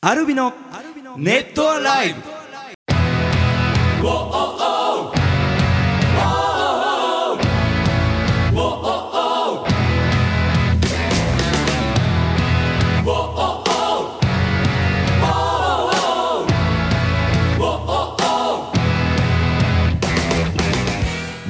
アルビのネットアライブ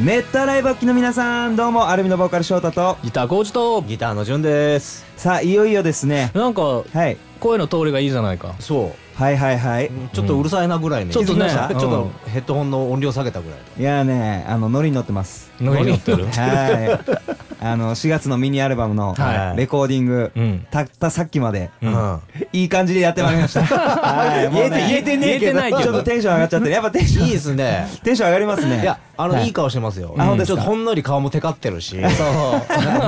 ネットアライブをお聞きの皆さんどうもアルミのボーカル翔太とギター工事とギターの順ですさあいよいよですねなんかはい声の通りがいいじゃないかそはいはいはいうちょっとうるさいなぐらいね、ちょっとねちょっうんとヘッドホンの音量下げたぐらいいやーねあのノリに乗ってますノリに乗ってるはい。あの4月のミニアルバムのはいレコーディング、うんたったさっきまで、うんいい感じでやってまいりま した。はい、もうね言えてねえけど言えてないけどちょっとテンション上がっちゃって、やっぱテンションいいですねテンション上がりますね。いやあの、、はいい顔してますよあ本当でちすょっかとほんのり顔もテカってるし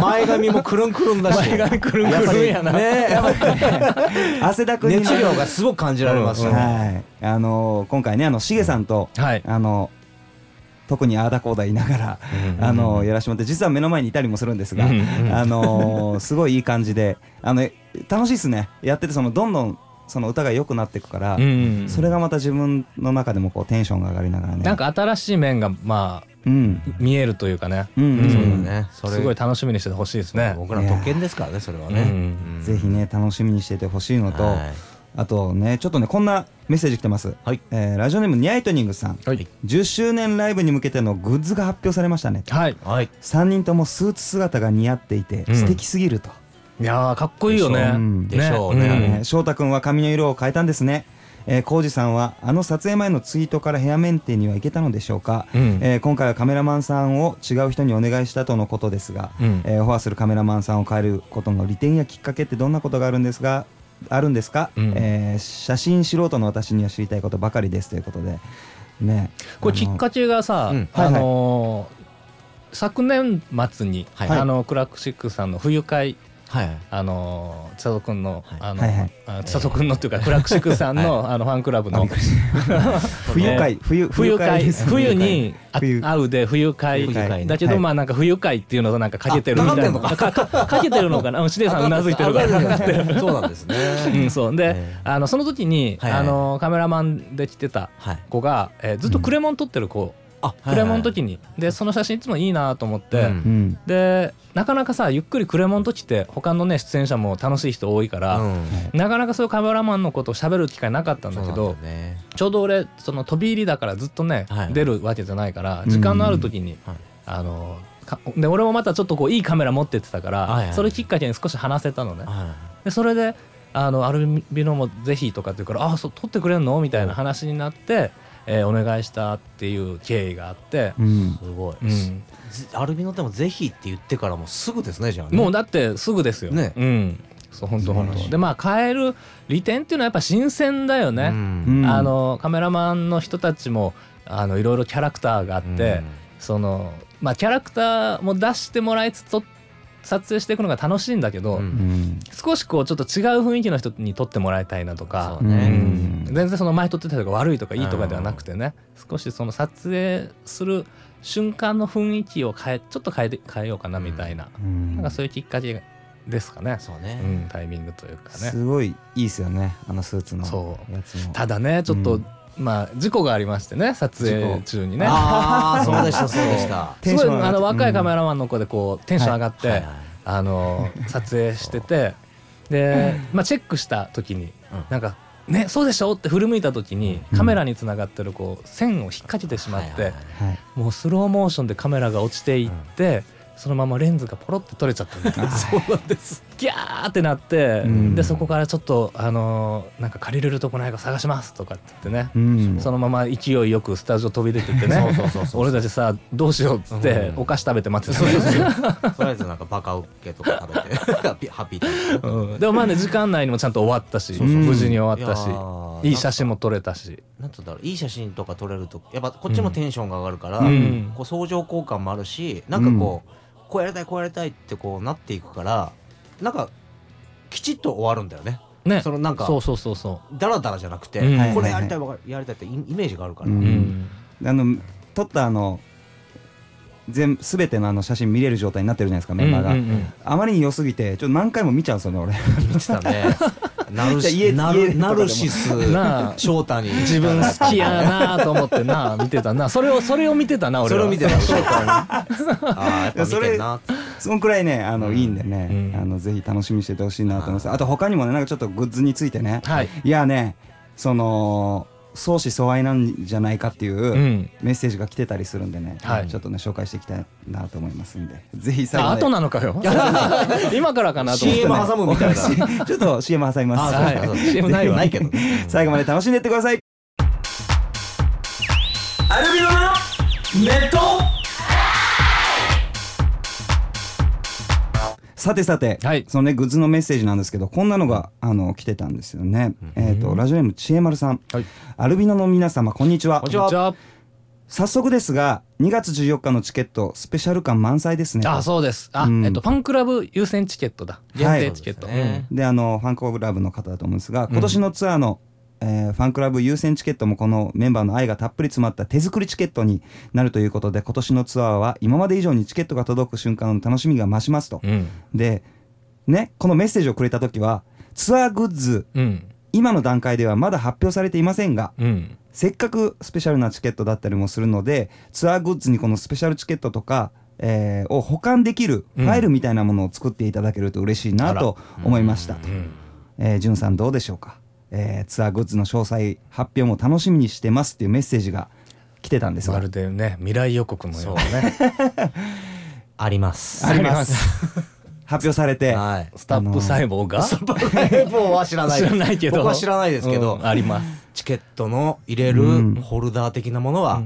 前髪もくるんくるんだし前髪くるんくるんやなやっぱりね汗だくにね。熱量がすごく感じられましたね、はい。あのー今回ねあのしげさんと、はいあの特にああだこうだ言いながら、あのやらしてもらって実は目の前にいたりもするんですが、うんうんあのーすごいいい感じであの楽しいですねやっててそのどんどんその歌が良くなっていくから、うんそれがまた自分の中でもこうテンションが上がりながらねなんか新しい面がまあうん見えるというかねうんうんそううんだねそれすごい楽しみにしててほしいですね僕らの特権ですからねそれはね、うんうんぜひね楽しみにしててほしいのと、はいあとねちょっとねこんなメッセージ来てます、はいえーラジオネームニャイトニングさん、はい10周年ライブに向けてのグッズが発表されましたねはいはい3人ともスーツ姿が似合っていてうん素敵すぎると、いやーかっこいいよねでしょうねえでしょー翔太くんは髪の色を変えたんですねえー、浩二さんはあの撮影前のツイートからヘアメンテには行けたのでしょうか、うんえー今回はカメラマンさんを違う人にお願いしたとのことですが、うんえーオファーするカメラマンさんを変えることの利点やきっかけってどんなことがあるんですがあるんですか、うんえー写真素人の私には知りたいことばかりですということでねこれきっかけがさうんはいはあいのー昨年末にはいあのクラクシックさんの冬会はいあのー千里くんのはいあのはいはいあ千里くんのっていうかクラクシックさんのあのファンクラブの 冬会、ね冬冬会ですね冬にあ冬会うで冬会冬会だけどはいまあなんか冬会っていうのとなんかかけてるみたいなあかかかかけてるのかなうんシデさんうなずいてるかららそうなんですねうんそうでえあのその時にはいはいあのカメラマンで来てたはい子がえーずっとクレモン撮ってる子あクレモンの時時にでその写真いつもいいなと思っうてんうんでなかなかさゆっくりクレモンの時って他のね出演者も楽しい人多いから、なかなかそういうカメラマンのことを喋る機会なかったんだけどちょうど俺その飛び入りだからずっとね、はい出るわけじゃないからうん時間のある時に、はいあのかで俺もまたちょっとこういいカメラ持ってってたから、はいはいそれきっかけに少し話せたのねはでそれであのアルビノもぜひとかって言うからあそう撮ってくれんのみたいな話になって、えーお願いしたっていう経緯があって、うんいすごいうんずアルビノでもぜひって言ってからもうすぐですねじゃあねもうだってすぐですよ。ねうん。そう本当本素晴らし当。いでまあ変える利点っていうのはやっぱ新鮮だようね。んうんあのカメラマンの人たちもあのいろいろキャラクターがあって、そのまあキャラクターも出してもらいつつと撮影していくのが楽しいんだけど、ううんん少しこうちょっと違う雰囲気の人に撮ってもらいたいなとかそう。ねうんうん全然その前撮ってた人が悪いとかいいとかではなくてね、少しその撮影する瞬間の雰囲気を変えちょっと変えて変えようかなみたいなうんなんかそういうきっかけですかね、そううねん、タイミングというかね。すごいいいですよねあのスーツのそやつもただね、ちょっと、うんまあ事故がありましてね、撮事影故中にね。ああそうでしたそうでしたすごい上があっての若いカメうんラマンの子でこうテンション上がって、はいはいあの撮影しててで、まあ、チェックした時に、うんなんか「ねそうでしょ?」って振り向いた時に、うんカメラにつながってるこう線を引っ掛けてしまって、 はいはいはいはいもうスローモーションでカメラが落ちていって、そのままレンズがポロって取れちゃったん ですそうなんですギャーってなって、うんでそこからちょっとあのーなんか借りれるとこないか探しますとかって言ってね、うんそのまま勢いよくスタジオ飛び出てってねそうそうそうそう俺たちさどうしようっつって、うんお菓子食べて待ってたそんうでですすよとりあえずなんかバカウケとか食べて ハピハピとかうんでもまあね時間内にもちゃんと終わったしうそう無事に終わったしいやーいい写真も撮れたしなんつうんだろういい写真とか撮れるとやっぱこっちもテンションが上がるから、うんこう相乗効果もあるしなんかこう、こうやりたいこうやりたいってこうなっていくからなんかきちっと終わるんだよねね そのなんかそうそうそうそダラダラじゃなくて、うんこれやりたいわかやりたいってイイメージがあるから、うう、んうんあの撮ったあの全すべてのあの写真見れる状態になってるじゃないですかメンバーが、うんうんうん あまりに良すぎてちょっと何回も見ちゃうんですよね俺見てたねナルいや家シナル家ナルシスなあ翔太に自分好きやなと思ってな見てたなそれをそれを見てたな俺 そはれを見てた翔太にああやっぱ見てんなってそのくらいねあの、いいんでね、うんあのぜひ楽しみにしててほしいなと思いますあと他にもねなんかちょっとグッズについてね、はいい、やねその相思相愛なんじゃないかっていう、うんメッセージが来てたりするんでね、はいちょっとね紹介していきたいなと思いますんでぜひ最あ後、ね、後なのかよ 今からかなと思って CM 挟むみたいなちょっと CM 挟みますあはいそうそうそう CM ないわないけどね最後まで楽しんでいってくださいアルビノのネットさてさて、はいそのねグッズのメッセージなんですけどこんなのがあの来てたんですよね、えっ、とラジオネームちえまるさん、はいアルビノの皆様こんにちはこんにちは早速ですが2月14日のチケットスペシャル感満載ですねあそうですあ、うんえっとファンクラブ優先チケットだ限はい定チケット、そうですねであのファンクラブの方だと思うんですが今年のツアーの、えーファンクラブ優先チケットもこのメンバーの愛がたっぷり詰まった手作りチケットになるということで今年のツアーは今まで以上にチケットが届く瞬間の楽しみが増しますとう、んでねこのメッセージをくれた時はツアーグッズうん今の段階ではまだ発表されていませんがうんせっかくスペシャルなチケットだったりもするのでツアーグッズにこのスペシャルチケットとか、えーを保管できるファイルみたいなものを作っていただけると嬉しいなと思いました、えー、じゅんさんどうでしょうか、えーツアーグッズの詳細発表も楽しみにしてますっていうメッセージが来てたんですまがるでね未来予告のようなねありますあります発表されて、はいスタップ細胞がスタッフライブは知らないです知らないけど僕は知らないですけど、うんありますチケットの入れうんるホルダー的なものは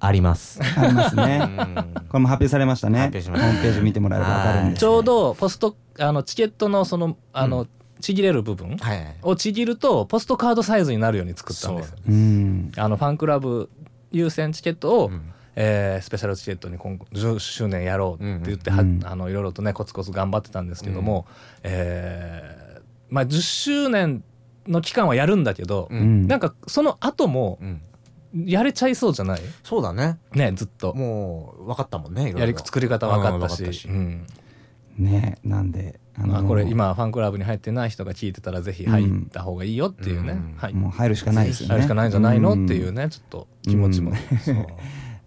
あ ります、ありますうねんこれも発表されましたね発表しましホたームページ見てもらえば分かるんではい ちょうどポストあのチケットのそのあの、ちぎれる部分はいをちぎるとポストカードサイズになるように作ったんですようんあのファンクラブ優先チケットを、んえースペシャルチケットに今後10周年やろうって言ってうんは、うんあのいろいろとねコツコツ頑張ってたんですけども、えーまあ、10周年の期間はやるんだけど、ううんんなんかその後もうんやれちゃいそうじゃないそうだねねずっともう分かったもんねいろいろやり作り方分かったし,、うんうん分かったしねなんであまあ、これ今ファンクラブに入ってない人が聞いてたらぜひ入った方がいいよっていうね、うんはい、もう入るしかないですよねあれしかないんじゃないのっていうねちょっと気持ちも、うんそう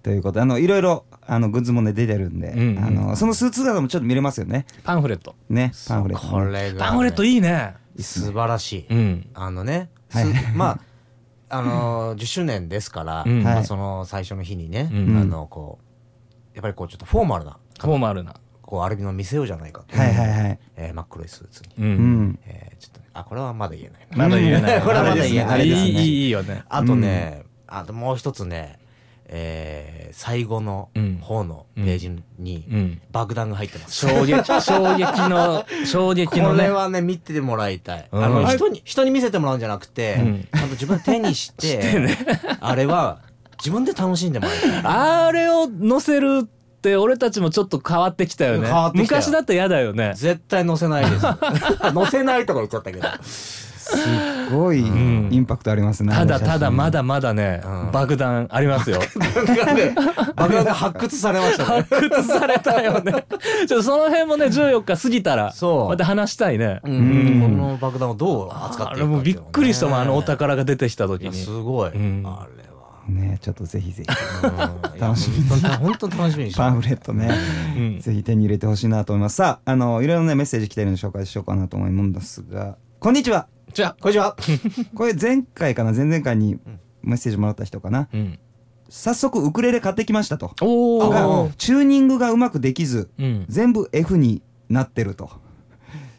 ということであのいろいろあのグッズもね出てるんで、うんうんあのそのスーツ姿もちょっと見れますよねパンフレットねそうパンフレットこもね、れがパンフレットいいね素晴らしい、うんあのね、はいすまああのー10周年ですから、うんまはあ、いその最初の日にね、うんあのこうやっぱりこうちょっとフォーマルなフォーマルなこうアルビノ見せようじゃないかと、はいはいはい、えー真っ黒いスーツうに、うんん、えーちょっとねあこれはまだ言えなまいなだ言えないこれはまだ言えないあれあれでですねすねいいいいよねあとね、あともう一つね、えー最後のうん方のページにうん爆弾が入ってます。衝撃衝撃の衝撃このれねはね、見てもらいたい。うんあの、はい人に、人に見せてもらうんじゃなくて、うんちゃんと自分で手にして、あれは、自分で楽しんでもらい たい。あれを載せるって俺たちもちょっと変わってきたよね変わってきたよ昔だったら嫌だよね絶対載 せないです。載せないとか言っちゃったけど。すごいイんンパクトありますね、ただただまだだまだねうん爆弾ありますよ爆弾で爆弾が発掘されましたね。発掘されたよねちょっとその辺もね14日過ぎたらそうまた話したいねうんこの爆弾をどう扱っていくかあってれいうのねもびっくりしたもんあのお宝が出てきたい時やにすごい。あれうんは。ねちょっとぜひぜひ楽楽しみ本当楽しみにしてパンるフレットね、うんぜひ手に入れてほしいなと思いますさああのいろいろねメッセージ来てるんで紹介しようかなと思うんですがこんにちはじゃあこんにちはこれ前回かな前々回にメッセージもらった人かなうん早速ウクレレ買ってきましたとおがおチューニングがうまくできずうん全部 F になってる と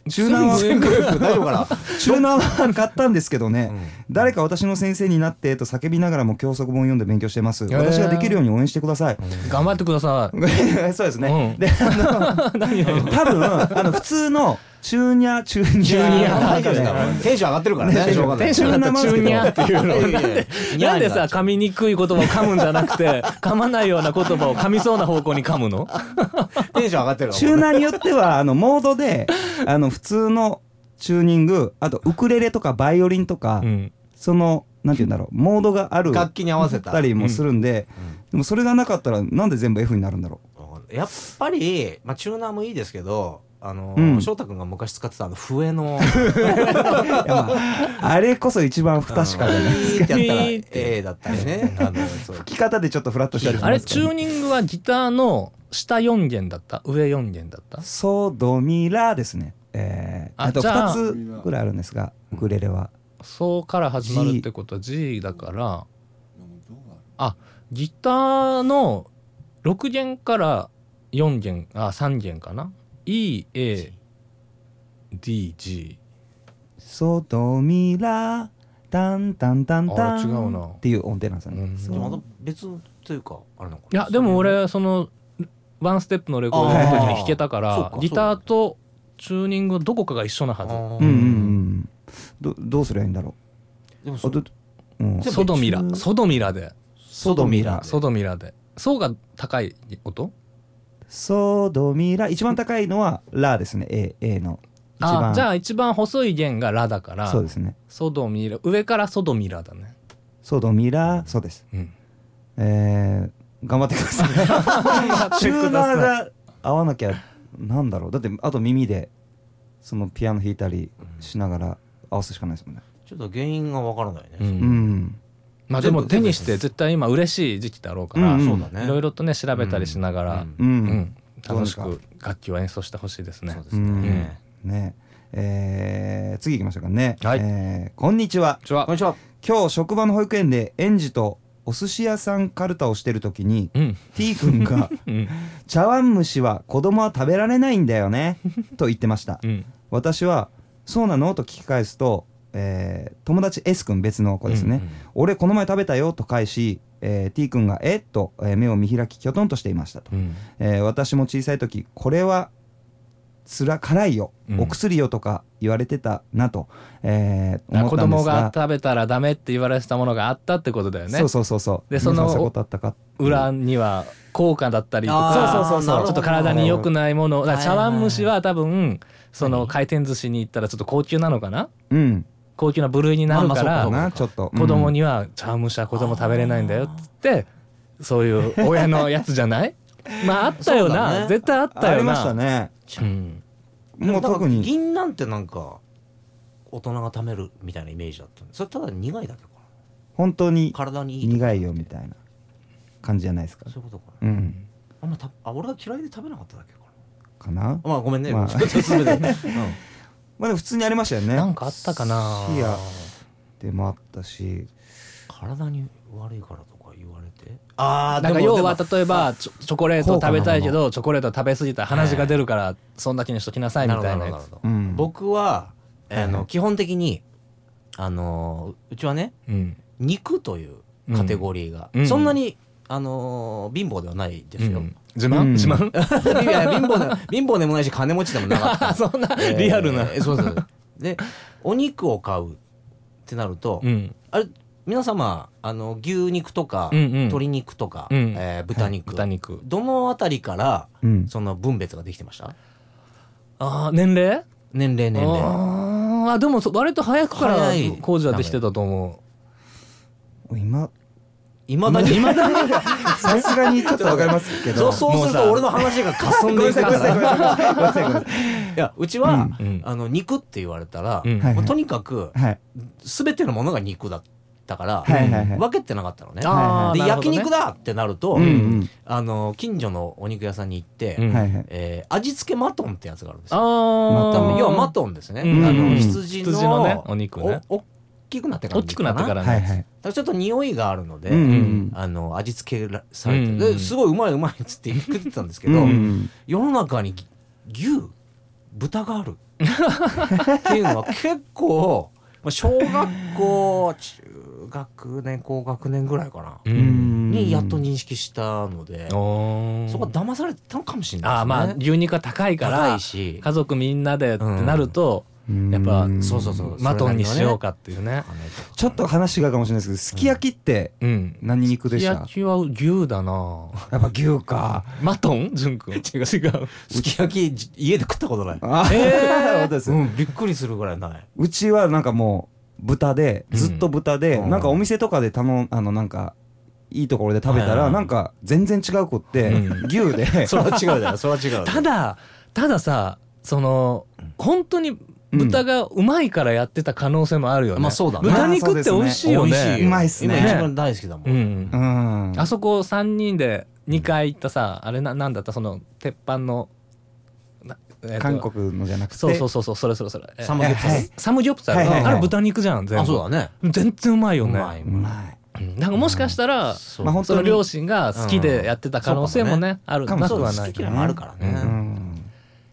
チューナーは全部大丈夫か なチューナーは買ったんですけどね、誰か私の先生になってと叫びながらも教則本読んで勉強してます、ー私ができるように応援してください、頑張ってくださ そうですい。ね、うん、であの多分あの普通のチューニャチューニャチューニャなんかねテンション上がってるからねテンション上がってるテンション上がったチューニャっていうのをなんで なんでさ噛みにくい言葉を噛むんじゃなくて 噛まないような言葉を噛みそうな方向に噛むのテンション上がってるチューナーによってはあのモードであの普通のチューニングあとウクレレとかバイオリンとか、うんそのなんて言うんだろうモードがある楽器に合わせたたりもするんで、で もそれがなかったらなんで全部 F になるんだろやっぱりまあチューナーもいいですけどあの、うん翔太君が昔使ってたあの 笛のいやまああれこそ一番不確かでねピーってやったらピーって A だったりね あのそう吹き方でちょっとフラッとしたりしあまれすからチューニングはギターの下4弦だった上4弦だったソドミラですねえー、ああとじゃあ2つぐらいあるんですがウクレレはそうから始まるってことは G だからギターの6弦から4弦あ3弦かな EADG ソドミラタンタンタンタンあれ違うなっていう音程なんですようんねでそもまうた別というかあれなのかいやでも俺そのワンステップのレコーディングの時に弾けたかあーそうらかそうギターとチューニングのどこかが一緒なはずうんうんううんんどどうすりゃいいんだろでもうそあどうん全部ソドミ一ラ緒ソドミラでソドミラソドミラでソが高い音ソドミラ一番高いのはラですね A, A の一あ番じゃあ一番細い弦がラだからそうですねソドミラ上からソドミラだねソドミラそうですうんえー、頑張ってください チューナーが合わなきゃなんだろうだってあと耳でそのピアノ弾いたりしながら合わすしかないですもんねちょっと原因がわからないね、ううんんまあで全部も手にして絶対今嬉しい時期だろうかうらんそうだねいろいろとね調べたりしながらうん、うん楽しどうく楽器を演奏してほしいですねそうですね、ねえー、次行きましょうかね、はいえーこんにちはこんにちはこんにちは今日職場の保育園で園児とお寿司屋さんカルタをしてる時 にうん T 君がうん「茶碗蒸しは子供は食べられないんだよね」と言ってましたうん私は「そうなの?」と聞き返すと、えー友達 S 君別の子ですね「うんうん俺この前食べたよ」と返し、えー T 君が「えっ?」と、えー目を見開ききょとんとしていましたと、うんえー私も小さい時「これはつら辛いよ、うんお薬よ」とか言われてたなと、えーあ思っ子たんで供すがが食べたらダメって言われてたものがあったってことだよねそうそうそうそうでその皆さんそういうことあったかっていう裏には効果だったりとあかーそうそうそうそうちょっと体に良くないものだからはい茶碗蒸しは多分そはのい回転寿司に行ったらちょっと高級なのかなうん高級な部類になるかまあからまあなちょっと子供に、には茶碗蒸しは子供食べれないんだよっつってそういう親のやつじゃ ないまああったよそうだなね絶対あっうんたあよりまなしたねうんもう特に銀なんてなんか大人が貯めるみたいなイメージだったそれただ苦いだけかな本当に体にいいとか苦いよみたいな感じじゃないですかそういうことかなうんあんまたあ俺が嫌いで食べなかっただけかかななまあごめんね、まあちょっと進め てまあでも普通にありましたよねなんかあったかな寿司屋でもあったし体に悪いからとか言われてああだから要はでも例えばチョチョコレート食べたいけどチョコレート食べ過ぎたら鼻血が出るからそんだけにしときなさいみなるほたどいななるやほつど、うん僕はあはいはのい基本的にあのうちはねうん肉というカテゴリーが、うんそんなにあの貧乏では ないですよ、うん自うん慢自 慢いやいや貧乏な貧乏でもないし金持ちでもなかっ たそんなえーリアルなえーそうそうでお肉を買うってなると、うんあれ皆様あの牛肉とか、うんうん鶏肉とか、うんえー豚肉、豚肉どのあたりからうんその分別ができてましたあー年齢年齢年齢あーあでもそ割と早くから早い工事はできてたと思今いまだにまださすがにちょっとわかりますけ そどうそうするもうとさ俺の話がかすんごめんでいなくさいごめんなさいごめんらなさいごめんなさいごめんなさいいやうちは、うんうんあの肉って言われたら、う、うんはいもうとにかくはい全てのものが肉だったから、はいはいはい分けてなかったのね。あーでなるほ焼どね肉だってなると、うんうんあの近所のお肉屋さんに行って、うんはいはいえー味付けマトンってやつがあるんですあよ。ー多分要はマトンですね。うんあの羊の羊のねお肉ねお大きくなってから大きくなってからだね、はいはいらちょっと匂いがあるので、うんうんあの味付けらされて、うんですごいうまいうまいっつって言ってたんですけうど、んうん世の中に牛豚があるっていうのは結構、まあ、小学校中学年高学年ぐらいかな、ううんんにやっと認識したので、おーそこは騙されてたのかもしれないですね。あーまあ牛肉が高いか高らいし家族みんなでってなると、やっぱうんそうそうそうマトンにしようかっていうねちょっと話がかもしれないですけどすき焼きってうん何肉でし焼たきは牛だ なやっぱ牛かマトン純くん違う違うすき焼きじ家で食ったことない、あえー 本当ですうん、びっくりするぐらいないうちはなんかもう豚でずっと豚で、うんなんかお店とかで頼んあのなんかいいところで食べたはいはいはらいなんか全然違う子ってう牛で れは違うだよそれは違うただたださその本当に豚がうまいからやってた可能性もあるよね、まあそうだね豚肉って美味しいよね,、美味しいようまいっすね今一番大好きだもん、うんうんあそこ3人で2回行ったさ、あれななんだったその鉄板のなえっと韓国のじゃなくてそうそうそうそうそれそれそれえサムギョプサル、はいサムギョプサル、はいはいはいあれ豚肉じゃん全部あそうだね全然うまいよねうまいうまいうんなんかもしかしたら、そうまあ本その両親が好きでやってた可能性もね、あるかもなしくれはそなうい好き嫌いもあるからね、うん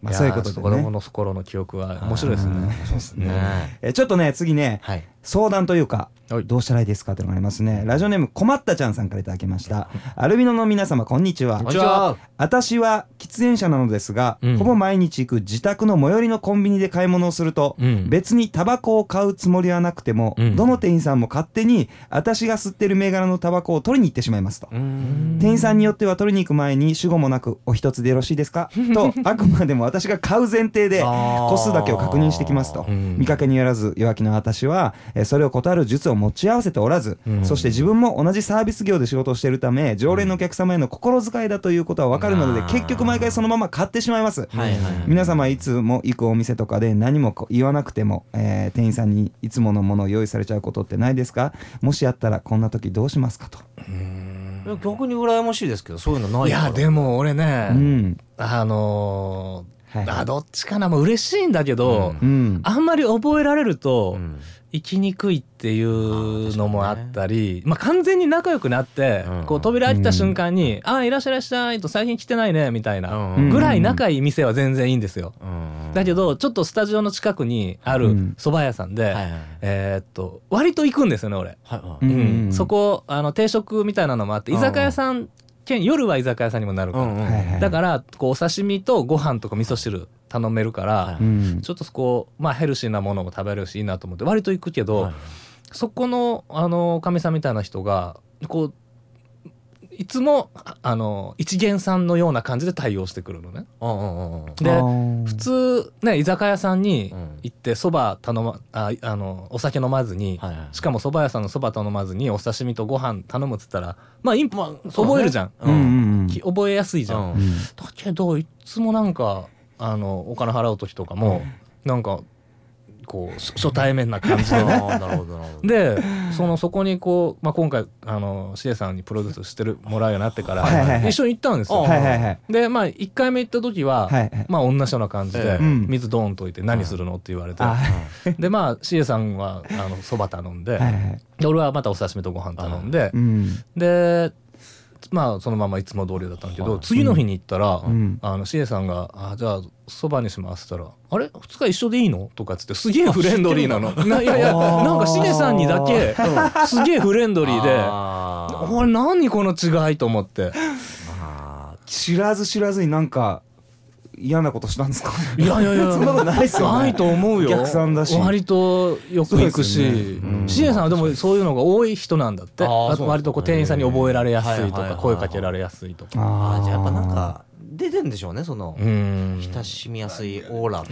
まあそういうことでやー子供ねの頃の記憶は面白いですうんね。そうですねねえちょっとね次ねはい相談というかはいどうしたらいいですかっていうのがありますねラジオネーム困ったちゃんさんからいただきましたアルビノの皆様こんにちはこんにちは私は喫煙者なのですが、うんほぼ毎日行く自宅の最寄りのコンビニで買い物をすると、うん別にタバコを買うつもりはなくても、うんどの店員さんも勝手に私が吸ってる銘柄のタバコを取りに行ってしまいますと。店員さんによっては取りに行く前に主語もなくお一つでよろしいですかとあくまでも私が買う前提であー個数だけを確認してきますとうん見かけによらず弱気の私はえーそれを断る術を持ち合わせておらずうんそして自分も同じサービス業で仕事をしているため常連のお客様への心遣いだということは分かるのでうん結局毎回そのまま買ってしまいますはいはいはい皆様いつも行くお店とかで何もこう言わなくても、えー店員さんにいつものものを用意されちゃうことってないですかもしあったらこんな時どうしますかと。逆に羨ましいですけどそういうのないいからやでも俺ね、うんあのーはいあどっちかなもう嬉しいんだけど、うんうんあんまり覚えられると、うん行きにくいっていうのもあったり、まあ、完全に仲良くなって、うんこう扉開いた瞬間に「ああいらっしゃいいらっしゃい」と「最近来てないね」みたいなうんぐらい仲いい店は全然いいんですよ。うんだけどちょっとスタジオの近くにあるうん蕎麦屋さんで、はいはいはいえーっと割と行くんですよね俺。はいはういんうんそこあの定食みたいなのもあって居酒屋さん兼夜は居酒屋さんにもなるから、うんうんはいはいだからこうお刺身とご飯とか味噌汁頼めるから、はうんちょっとそこ、まあ、ヘルシーなものも食べれるしいいなと思って割と行くけど、はいそこのあのおかみさんみたいな人がこういつもああの一元さんのような感じで対応してくるのね。うんうんうんうんであー普通ね居酒屋さんにうん行ってそば頼まああのお酒飲まずに、はいはいしかもそば屋さんのそば頼まずにお刺身とご飯頼むっつったらまあインプ、まあそうだね覚えるじゃん、うんうんうんき覚えやすいじゃん、うんうんだけどいつもなんかあのお金払う時とかも、なんかこうし初対面な感じあの。ーなるほどなるほどでそのそこにこう、まあ、今回あのシエさんにプロデュースしてるもらうようになってから、はいはいはい一緒に行ったんですよ。はいはいはいでまあ1回目行った時は、はいはいまあ同じような感じで、ええうん水ドーンと置いて「何するの?」って言われて、あでまあ CA さんはあのそば頼んで,、はいはいで俺はまたお刺身とご飯頼んで、うんでまあそのままいつも通りだったんだけど、はい次の日に行ったら、んあの CA さんが「あじゃあそばにします」って言ったら「あれ2日一緒でいいの?」とかっつってすげえフレンドリーなの。ないやいやあーなんか CA さんにだけすげえフレンドリーで。あー俺何この違いと思ってあ知らず知らずになんか嫌なことしたんですかいやいやいやそんなことないっすよねないと思うよ逆算だし割とよく行くそうでしすよねうんシエさんはでもそういうのが多い人なんだってあーそうなんですね割とこう店員さんに覚えられやすいとはいはいはいかはい声かけられやすいとかーああーじゃあやっぱなんか出てんでしょうねそのうん親しみやすいオーラ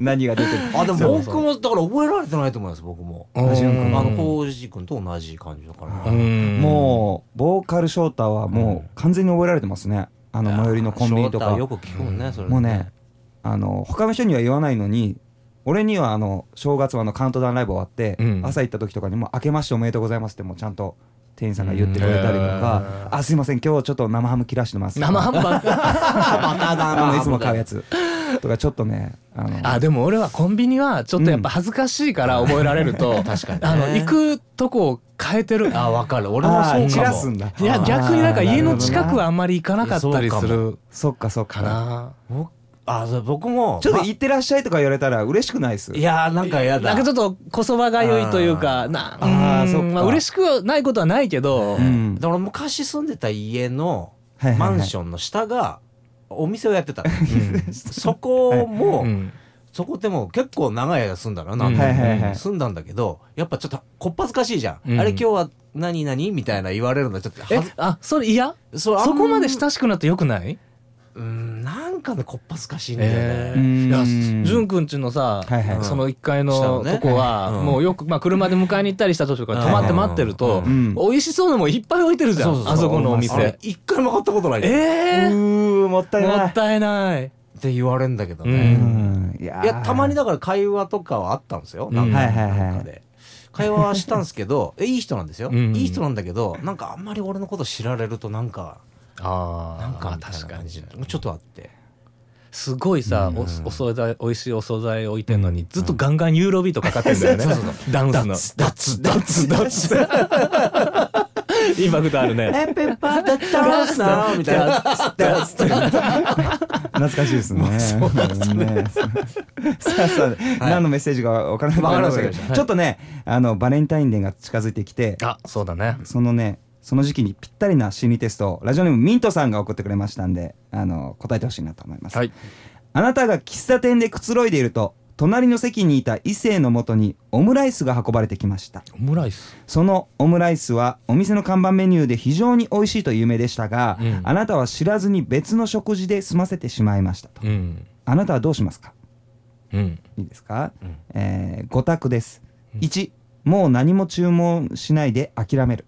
何が出てるあでそもうそう僕もだから覚えられてないと思います僕もうん同じ君あの浩二君と同じ感じだからうんもうボーカル翔太はもう完全に覚えられてますねあの最寄りのコンビニと翔か太よく聞くもんねそれもうねあの他の人には言わないのに俺にはあの正月はあのカウントダウンライブ終わって、うん朝行った時とかにも「明けましておめでとうございます」ってもうちゃんと店員さんが言ってくれたりとか「あすいません今日ちょっと生ハム切らしてます」生ハンバーガーバカだあなのいつも買うやつとかちょっとねあのあでも俺はコンビニはちょっとやっぱ恥ずかしいから覚えられると確かにねあの行くとこを変えてるあ分かる俺もあそうかーも散らすんだいや逆になんか家の近くはあんまり行かなかったりあーすなるるそっかそっかかな僕あそう僕もちょっと「ま行ってらっしゃい」とか言われたら嬉しくないっすいやーなんかやなだんかちょっとこそばがゆいというかなああーそっかまあ嬉しくはないことはないけど、うんだから昔住んでた家のはいはいはマいンションの下がお店をやってたのそこうもんそこでも結構長い間住んだのなんはいはいはかい住んだんだけどやっぱちょっとこっぱずかしいじゃうんんあれ今日は何何みたいな言われるのはちょっとえはずあそれ嫌それあんそこまで親しくなってよくないうんなんかねこっぱずかしいんだよえねー、いやうん潤くんちのさ、はいはいその1階下ののねとこは、うんもうよく、まあ、車で迎えに行ったりした時とかうん泊まって待ってると、うん美味しそうなもんいっぱい置いてるじゃんそうそうそうあそこのおあれ店一回も買ったことないえうーもったいー、もなっいたいないって言われんだけどね、うんいやいやたまにだだから会話とかはあったんですよなんか,、うんはいはいはいなんかで会話はしたんですけど えいい人なんですよ、うんうんいい人なんだけどなんかあんまり俺のこと知られるとなんかあなんかみたい確なか感にじちょっとあってすごいさ、うんおお惣菜美味しいお惣菜置いてんのに、ずっとガンガンユーロビートかかってんだ よね、ダンスのダツダツダ ツダツインパクトあるねペッパーダッダンスなみたいなダツ懐かしいですね。ねさあさあ、何のメッセージかわからなくなりましたけわからなくなりましど、ちょっとね、あのバレンタインデーが近づいてきて、 あそうだねそのね、その時期にぴったりな心理テストをラジオネームミントさんが送ってくれましたんで、あの答えてほしいなと思います。はいあなたが喫茶店でくつろいでいると、隣の席にいた異性のもとにオムライスが運ばれてきました。オムライスそのオムライスはお店の看板メニューで非常に美味しいと有名でしたが、うんあなたは知らずに別の食事で済ませてしまいましたとうんあなたはどうしますかうんいいですか、うんえー、5択です、うん1もう何も注文しないで諦める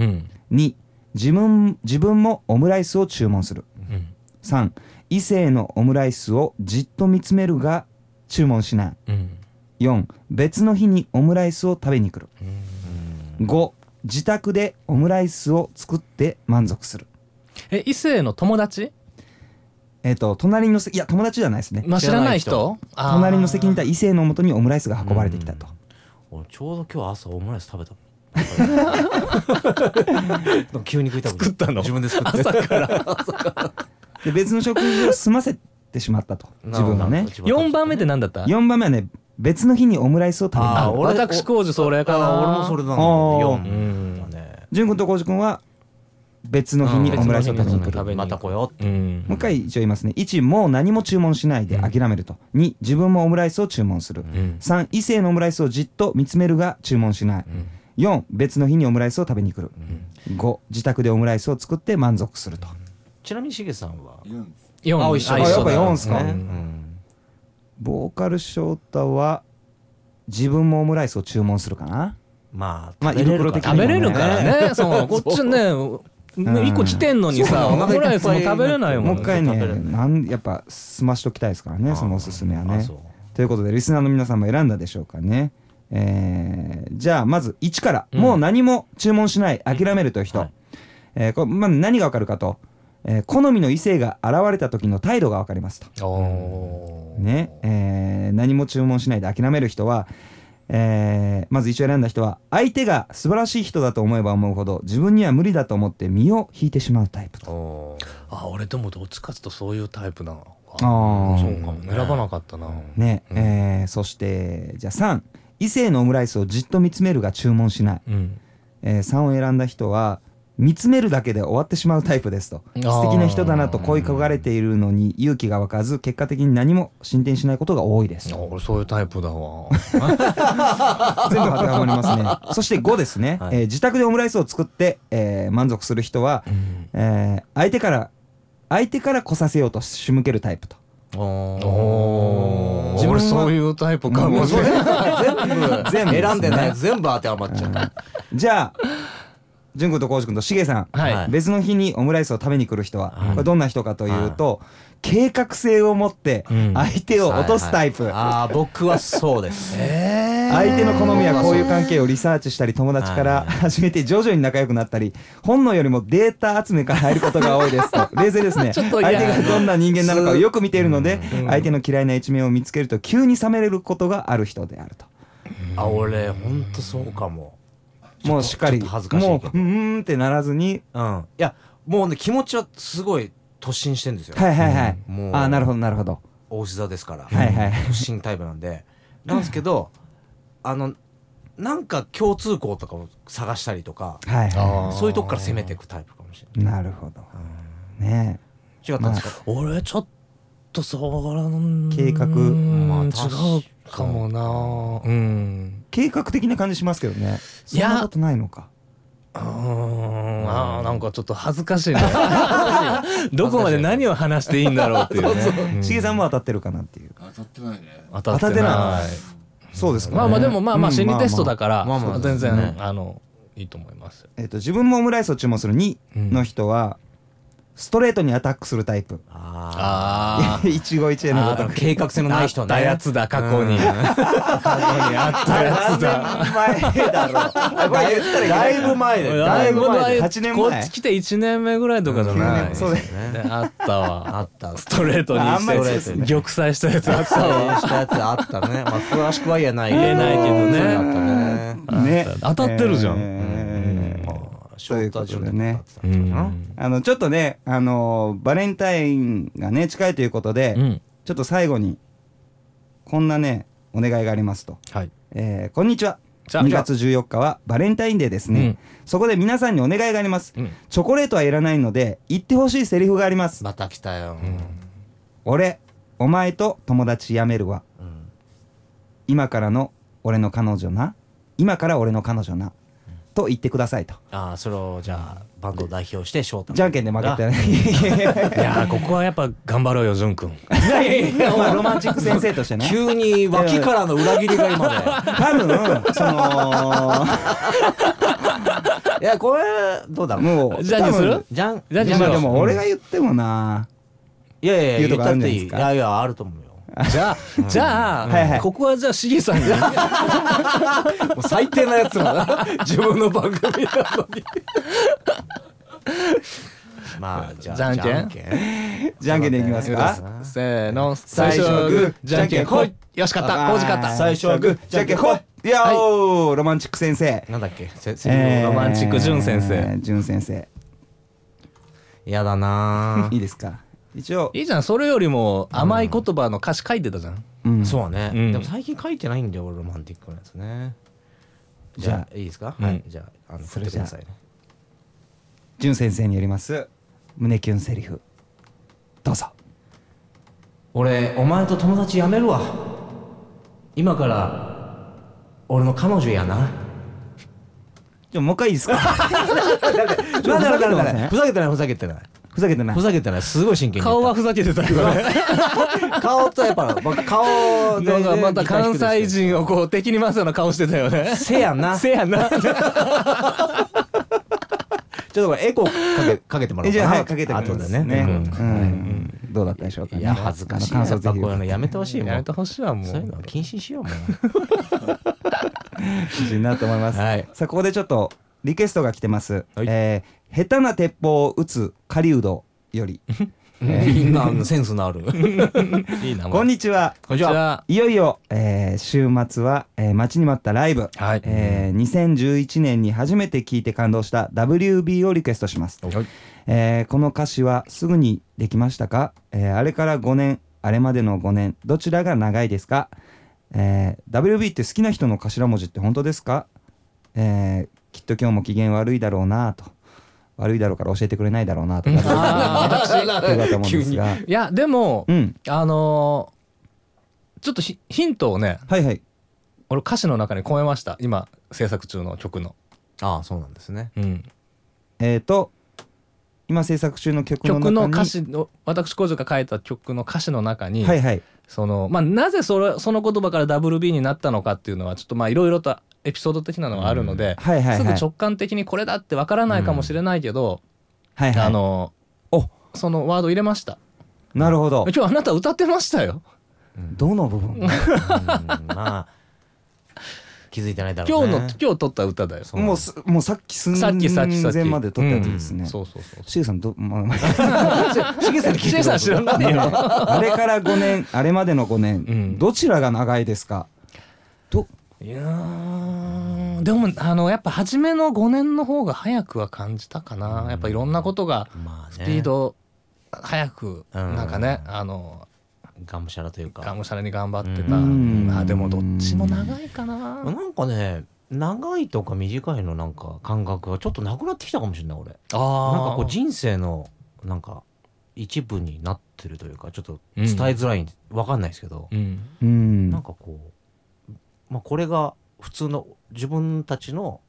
うん2自分自分もオムライスを注文するうん3異性のオムライスをじっと見つめるが注文しなうんい4別の日にオムライスを食べに来るうん5自宅でオムライスを作って満足するえ異性の友達、えっ、と隣の席いや友達じゃないですねまあ、知らない人知らあー隣の席にいた異性のもとにオムライスが運ばれてきたと、俺ちょうど今日朝オムライス食 べたもんなんか急に食いたもん作ったの自分で作って朝 からで別の食事を済ませてしまった と自分がね4番目で何だった4番目はね別の日にオムライスを食べああたー俺私工事それかなあ俺もそれなんだあー4だね潤君と浩司君は別の日にうんオムライスを食べに来別の日る、に食べにまた来ようってうんもう一回一応言いますね1もう何も注文しないで諦めると2自分もオムライスを注文するうん3異性のオムライスをじっと見つめるが注文しないうん4別の日にオムライスを食べに来る5自宅でオムライスを作って満足するとちなみにしげさんは四あ一緒あやっぱだ四っすかううんんボーカル翔太は自分もオムライスを注文するかなまあまあ食べれる胃袋的か食にべれるからね そうこっちねん一個来てんのにさそうオムライスも食べれないももんう一回ね食べれるなんやっぱ済ましときたいですからねそのおすすめはあねそうということでリスナーの皆さんも選んだでしょうかねえーじゃあまず1から、もう何も注文しない諦めるという人、はいえーこれまあ、何がわかるかと、えー好みの異性が現れた時の態度がわかりますとおーねえー何も注文しないで諦める人は、えーまず一応選んだ人は相手が素晴らしい人だと思えば思うほど自分には無理だと思って身を引いてしまうタイプとおーあ俺でもどっちかつとそういうタイプなのあーそうかもね選ばなかったなね、えーそしてじゃあ3異性のオムライスをじっと見つめるが注文しない、うんえー3を選んだ人は見つめるだけで終わってしまうタイプですと素敵な人だなと恋焦がれているのに勇気が湧かず結果的に何も進展しないことが多いですあと俺そういうタイプだ わ全部当てはまりますねそして5ですね、はえーい自宅でオムライスを作って、えー満足する人は、うんえー相手から相手から来させようと仕向けるタイプとおー俺そういうタイプかももうねそれ全部全部ですね選んでない全部当てはまっちゃった じゃあ淳君と浩司君としげさん、はいはい別の日にオムライスを食べに来る人は、はいこれどんな人かというと、計画性を持ってうん相手を落とすタイプ、はいはいああ僕はそ うですね相手の好みやこういう関係をリサーチしたり友達からはいは始めて徐々に仲良くなったり本能よりもデータ集めから入ることが多い ですと冷静ですねちょっと相嫌手がどんな人間なのかをよく見ているので相手の嫌いな一面を見つけると急に冷めることがある人であるとあ俺ほんとそうかももうしっかりちょっと恥ずかしいもけどううーんってならずにうんいやもうね気持ちはすごい突進してんですよはいはいはいうんもうああなるほどなるほど大志座ですからはいはい突進タイプなんでなんですけどあのなんか共通項とかを探したりとかはいあはーそういうとこから攻めていくタイプかもしれないいなるほどね違ったんですか俺ちょっとそうらん計画まあまあ確か違うかもなうんえ計画的な感じしますけどねそいんやなことないのかうーんあーなんかちょっと恥ずかしいなどこまで何を話していいんだろうっていうねうんしげさんも当たってるかなっていう当たってないね。当当たってないそうですかねまあまあでもまあまあうん心理テストだからまあまあ全まあまあそうで然すねあのいいと思いますよえっと自分もオムライスを注文する2の人は、ストレートにアタックするタイプああ ー一期一会のあごとーく計画性のない人ねあったやつだ過去に、うん過去にあったやつだ 何年前だろやばい言ったらいけなだいいぶ前だよだいぶ前だ8年前こっち来て1年目ぐらいとかじゃうんな九年い、ねそうだよあったわあったストレートああんまりにそうして玉砕したやつあったわしたやつあっ たね。まあ詳しくは言えない言えないけどねそうだったね。ね当たってるじゃんえーショータジョンだったうってことかな。んあのちょっとねあのバレンタインがね近いということで、うんちょっと最後にこんなねお願いがありますと、はいえーこんにちはじゃあ2月14日はバレンタインデーですね、うんそこで皆さんにお願いがあります、うんチョコレートはいらないので言ってほしいセリフがありますまた来たよ。俺お前と友達やめるわうん今からの俺の彼女な今から俺の彼女なと言ってくださいとああそれをじゃあバンドを代表してショータ。じゃんけんで負けてねいやーここはやっぱ頑張ろうよジョン君 いやいやいやまあロマンチック先生としてね急に脇からの裏切りが今ね。 多分そのいやこれどうだろう。もうじゃあ何する多分じゃんじゃんけいやんしまあようでも俺が言ってもな、いやいや言う言とっこあたるっんじてゃないいい。でいすかやいやあると思うよ。じゃあじゃあ、はいはいここはじゃあシゲさんにもう最低なやつだな 自分の番組なのに。 まあじゃあじゃんけんん。じゃんけんでいきますかせーの最初はグーじゃんけんほじゃいんよしかったこうじかっあたー最初はグーじゃんけんほいいやーおーロマンチック先生なんだっけせせえーロマンチック淳先生淳先生やだないいですか一応いいじゃんそれよりも甘い言葉の歌詞書いてたじゃん、うんそうね、うんでも最近書いてないんだよ俺ロマンティックなやつねじじゃゃあいいですか、うんはいじゃああの振ってくださいね淳先生によります胸キュンセリフどうぞ俺お前と友達やめるわ今から俺の彼女やなじゃあもう一回いいですかふとふざけて ませんふざけてないふざけてないふざけてないふざけてないすごい真剣に顔はふざけてたけどね 顔とやっぱ僕顔でなんかまた理解低関くして西人をこう敵に回すような顔してたよ ね。せやなちせやな。ょっとこれエコーかけかけてもらおえうじゃかあなはいかけてみ後まですねねうんうんうんどうだったでしょうかいねや恥ずかしいあなの感や想っぜぱひこういうのやめてほしいもやめんてほしいわもそういううの。は禁止しようもん欲しいなと思います、はいさあここでちょっとリクエストが来てます、はいえー下手な鉄砲を撃つ狩人よりみんなあのセンスのある。いいな。こんににちはこんにちは。いよいよ、えー週末は、えー待ちに待ったライブ、はいえー2011年に初めて聴いて感動した WB をリクエストします、はいえーこの歌詞はすぐにできましたか、えーあれから5年あれまでの5年どちらが長いですか、えー WB って好きな人の頭文字って本当ですか、えーきっと今日も機嫌悪いだろうなと悪いだろうから教えてくれないだろうなとあということだと 思うんですがーいやでもうんあのーちょっとヒヒントをね、はいはい俺歌詞の中に込めました。今制作中の曲の。ああ、そうなんですね。うんえっ、と今制作中の曲の中曲にの歌詞の私工場が書いた曲の歌詞の中に、はいはいそのまあなぜそれその言葉から WB になったのかっていうのはちょっとまあいろいろとエピソード的なのはあるので、はいはいはいすぐ直感的にこれだってわからないかもしれないけど、はいはいあのおそのワード入れましたなるほど今日あなた歌ってましたよどの部分がうんまあ、気づいてないだろ今う日ね。の今日撮った歌だよう もうすもうさっき寸さっきさっきさっき前まで撮ったやつですね、そうそうそうシゲさんど、まあまあ しげさんいてください知らないよあれから5年あれまでの5年、うんどちらが長いですかどいやーでもあのやっぱ初めの5年の方が早くは感じたかな、やっぱいろんなことがまあね、スピード早くうんなんかね、あのがむしゃらというか。がむしゃらに頑張ってた、うんまあでもどっちも長いかな、なんかね、長いとか短いのなんか感覚がちょっとなくなってきたかもしれない、俺。なんあーかこう人生の、なんか、一部になってるというか、ちょっと伝えづらい、わかんないですけど、うんうんなんかこう、まあこれが普通の自分たちの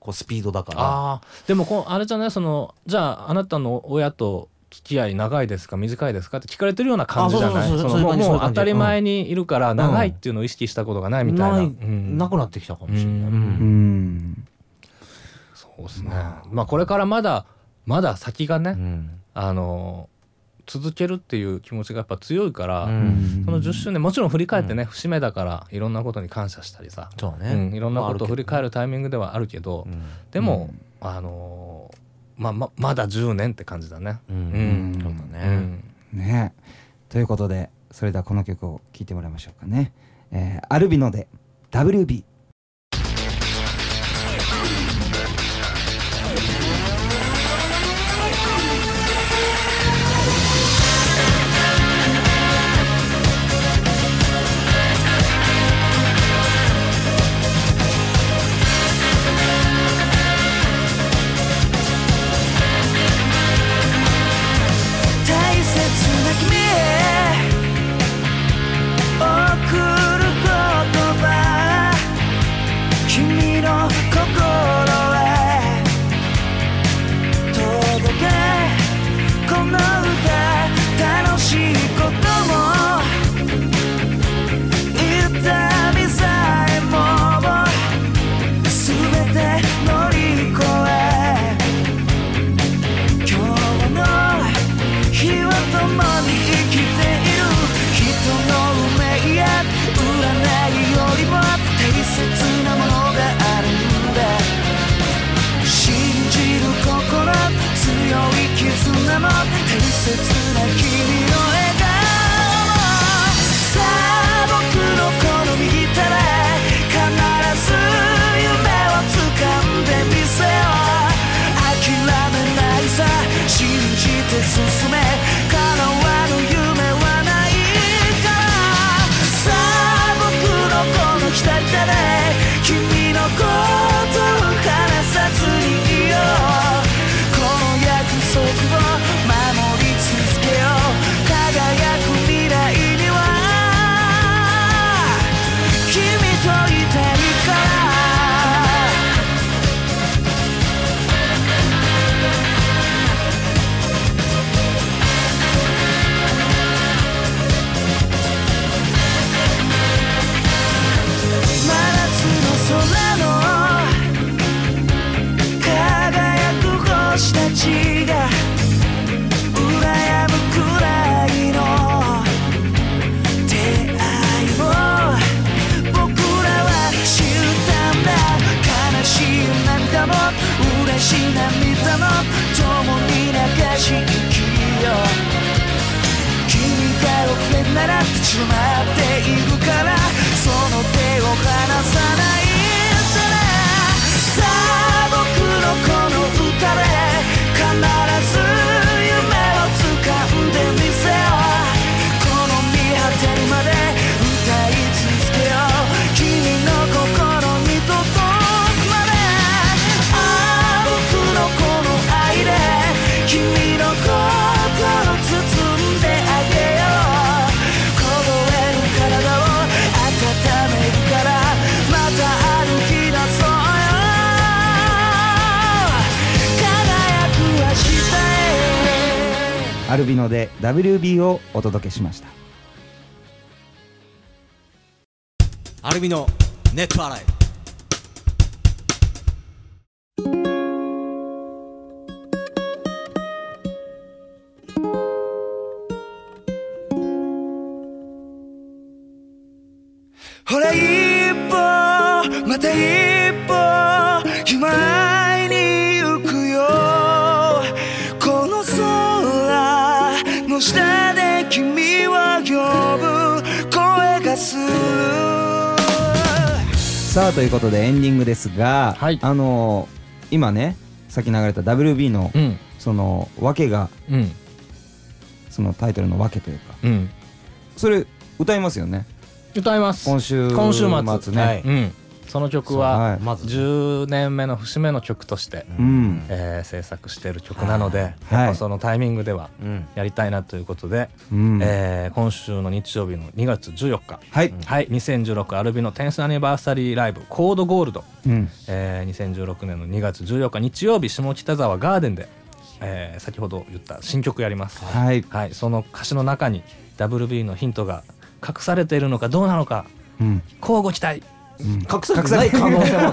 こうスピードだから。あーでもこうあれじゃないそのじゃああなたの親と付き合い長いですか短いですかって聞かれてるような感じじゃないあそそうそうそうのそういうもうもう感じそういう当感じたり前にいるからん長いっていうのを意識したことがないみたいな、ないうんなくなってきたかもしれない。ううんうんそうですねまあこれからまだまだ先がね、うんあの続けるっていう気持ちがやっぱ強いから、ううんんその10周年もちろん振り返ってね、節目だからいろんなことに感謝したりさ、そううん、いろんなことを振り返る、るタイミングではあるけど、うんでも、あのーまあままだ10年って感じだね。うんうんそうだうね、んねということでそれではこの曲を聴いてもらいましょうかね、えーアルビノで WB 大切な君へ贈る言葉君の心へ届けこの歌楽しいことも痛みさえも全て乗り越え今日の日は共に生きている人の運命や占いよりも大切なものがあるんだ信じる心強い絆も大切な君の笑顔もさあ僕のこの右手で必ず夢を掴んでみせよ諦めないさ信じて進め叶わぬ夢はないからさあ僕のこの左手で君のことを離さずにいようこの約束を守り続けよう輝く未来には君といたいから真夏の空の輝く星たちが羨むくらいの出会いを僕らは知ったんだ悲しい涙も嬉しい涙も共に流し生きよう君が遅れなら立ち止まっているからその手を離さないでねさあ僕のこの歌で必ず夢を掴んでみせようこの見果てるまで歌い続けよう君の心に届くまでああ僕のこの愛で君のことを包んであげよう凍える体を温めるからまた歩き出そうよ輝く明日へアルビノで WB をお届けしましたアルミのネット洗いほら一歩また一歩前に行くよこの空の下で君は呼ぶ声がするさあということでエンディングですが、はいあのー今ねさっき流れた WB のうんその訳がうんそのタイトルの訳というかうんそれ歌いますよね歌います今週今週末末ね、はいうん、その曲ははいまず10年目の節目の曲として、うんえー制作してる曲なので、はいやっぱそのタイミングではうんやりたいなということで、うんえー今週の日曜日の2月14日、はい、はい、2016アルビの10スアニバーサリーライブ「コードゴールド」うん、えー2016年の2月14日日曜日下北沢ガーデンで、えー先ほど言った新曲やります、はい、はい、その歌詞の中に WB のヒントが隠されているのかどうなのかうん、交互期待隠されてない可能性まも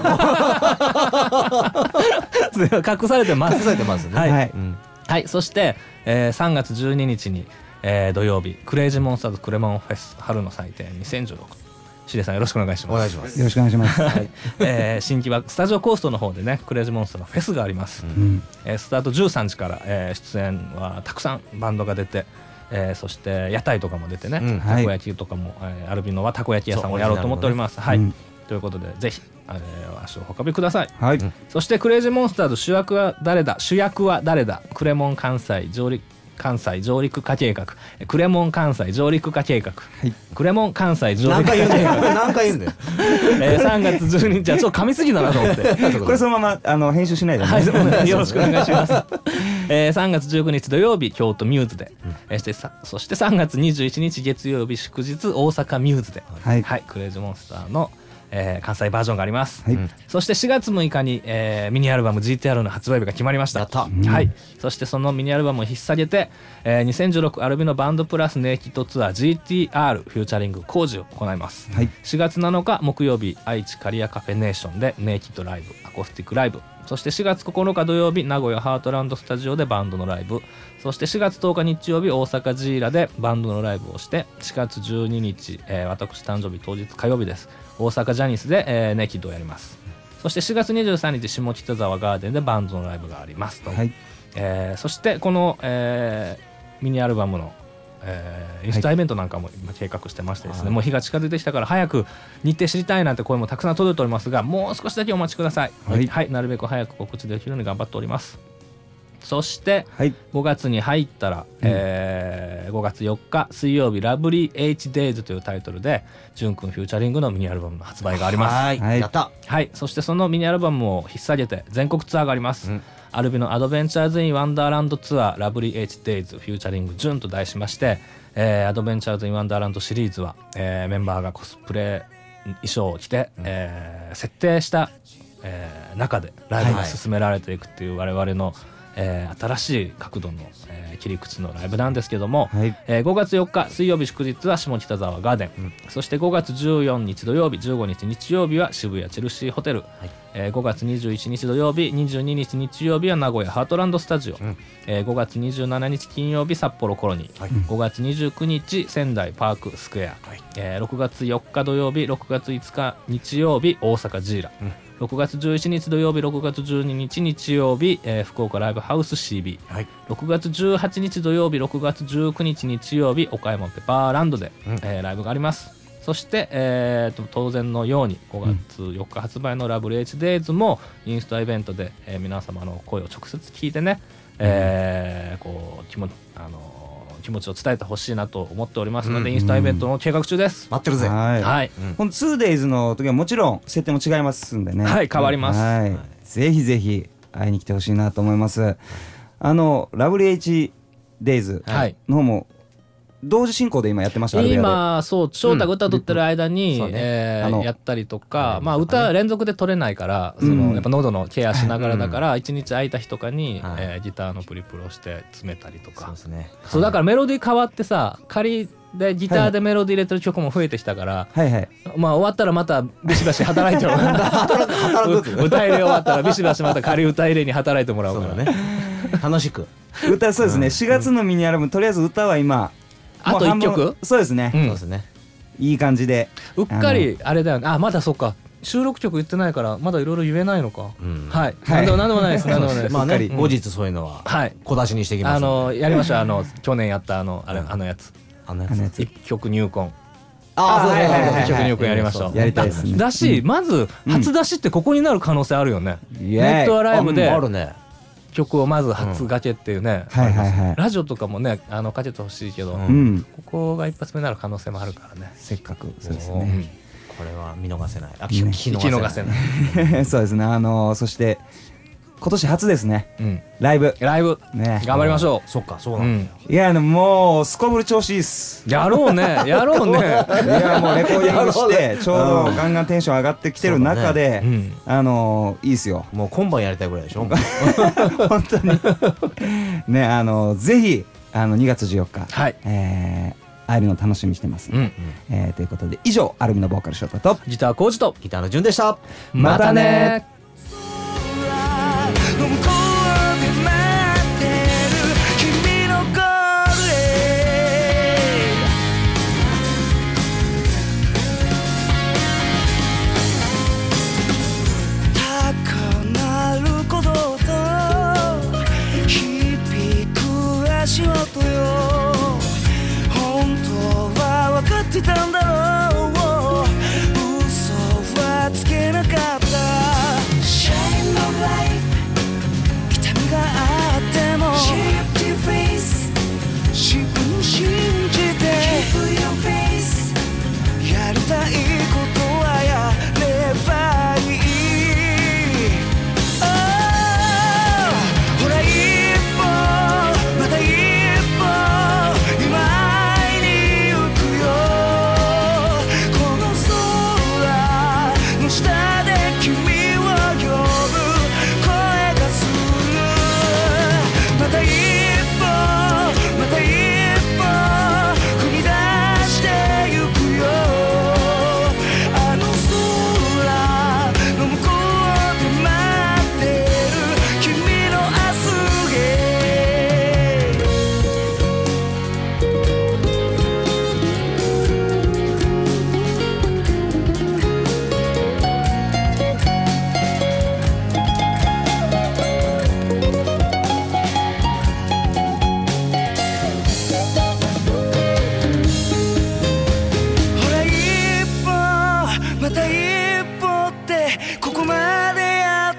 すね 隠されてます隠されてます ねはい、はいうんはい、そして、えー3月12日に、えー土曜日クレイジーモンスターズクレマンフェス春の祭典2016しげさんよろしくお願いしおます願いしますよろしくお願いします。はい。 えー新規はスタジオコーストの方でねクレイジーモンスターのフェスがあります、うん。えースタート13時から、えー出演はたくさんバンドが出て、えーそして屋台とかも出てね、うんたこ焼きとかも、えーアルビノはたこ焼き屋さんをやろうと思っております、はい、うんということでぜひ、えー足をお運びくださいはい。そしてクレイジーモンスターズ主役は誰だ主役は誰だクレモン関西上陸関西上陸化計画クレモン関西上陸化計画、いクレモン関西上何陸化回言計うんだよ画、何回言うんだよ えー3月12日はちょっと噛みすぎだなと思ってこ れそのままあの編集しないでね。はい、よろしくお願いします。えー、3月19日土曜日京都ミューズで、えーしてさそして3月21日月曜日祝日大阪ミューズで、はいクレイジーモンスターの、えー関西バージョンがあります。はいそして4月6日に、えーミニアルバム GTR の発売日が決まりました。はい。そしてそのミニアルバムを引っ提げて、えー2016アルビノバンドプラスネイキッドツアー GTR フューチャリング工事を行います。はい4月7日木曜日愛知刈谷カフェネーションでネイキッドライブアコースティックライブそして4月9日土曜日名古屋ハートランドスタジオでバンドのライブそして4月10日日曜日大阪ジーラでバンドのライブをして4月12日、えー私誕生日当日火曜日です大阪ジャニスで、えーネイキッドをやりますそして4月23日下北沢ガーデンでバンドのライブがありますと、はい。えーそしてこの、えーミニアルバムの、えーインスタイベントなんかも今計画してましてですね、もう日が近づいてきたから早く日程知りたいなんて声もたくさん届いておりますがもう少しだけお待ちください、はいなるべく早く告知できるように頑張っておりますそしてはい。 5月に入ったら、えー5月4日水曜日「ラブリー h d a y s というタイトルで「じゅんくんフューチャリング」のミニアルバムの発売がありますはいはいやったはい、そしてそのミニアルバムを引っ提げて全国ツアーがあります、アルビのアドベンチャーズ・イン・ワンダーランドツアー「ラブリー・エイチ・デイズ・フューチャリング・ジュン」と題しまして、えーアドベンチャーズ・イン・ワンダーランドシリーズは、えーメンバーがコスプレ衣装を着て、えー設定した、えー中でライブが進められていくっていう我々の、えー新しい角度の、えー切り口のライブなんですけども、はいえー5月4日水曜日祝日は下北沢ガーデン、そして5月14日土曜日15日日曜日は渋谷チェルシーホテル、えー5月21日土曜日22日日曜日は名古屋ハートランドスタジオ、えー5月27日金曜日札幌コロニー、5月29日仙台パークスクエア、えー6月4日土曜日6月5日日曜日大阪ジーラ、6月11日土曜日6月12日日曜日、えー福岡ライブハウス CB、はい6月18日土曜日6月19日日曜日岡山ペパーランドで、えーライブがありますそして、えーと当然のように5月4日発売の「ラブレイチデイズもインスタイベントで、えー皆様の声を直接聞いてね、えーこう気もあのー気持ちを伝えてほしいなと思っておりますので、インスタイベントの計画中です、待ってるぜはい。はい、この 2days の時はもちろん設定も違いますんでねはい変わりますはい、ぜひぜひ会いに来てほしいなと思いますあのラブリー HDays いの方も同時進行で今やってましたアルベアで今そう翔太が歌取ってる間に、そうねえーあのやったりとか、まあ、歌連続で取れないから、そのやっぱ喉のケアしながらだから一日空いた日とかに、はいえーギターのプリプロして詰めたりとそうかですねそうだからメロディー変わってさ仮でギターでメロディー入れてる曲も増えてきたから、はいはいまあ終わったらまたビシバシ働いてもらう働くぞ歌入れ終わったらビシバシまた仮歌入れに働いてもらうそかうらだね楽しく歌そうですね4月のミニアルバムとりあえず歌は今あともう半分一曲そうですうね、んそうですねいい感じでうっかりあれだよねあまだそっか収録曲言ってないからまだいろいろ言えないのか、んはい、はいなんでもなんでもないですなんでもないです、まあうっかりね後日そういうのははい小出しにしていきますあんでのやりましょうあの去年やったあのあれうんあのやつあのやあのやつつ一曲入魂あそうそうそうはいはいはい一曲入魂やりましょうやりたいですねだしまずん初出しってここになる可能性あるよねイエーイネットアライブであるね曲をまず初がけっていうねはいはいはいラジオとかもねあのかけてほしいけどうんうんここが一発目になる可能性もあるからねせっかくそうですうねんこれは見逃せないあうん聞き逃せな いそうですねあのーそして今年初ですねうんライブライブね頑張りましょそっかそううなうんんいやあのもうすこぶる調子いいっすやろうねやろうねいやもうレコーディング してちょうどガンガンテンション上がってきてる中で、そうだねあのーいいっすよ もう今晩やりたいぐらいでしょ本当にねあのーぜひあの2月14日、はいえー会えるの楽しみにしてます、うんえーということで以上アルミのボーカルショートとギターコージとギターの順でしたまたねの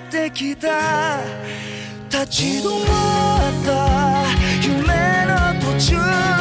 てきた立ち止まった夢の途中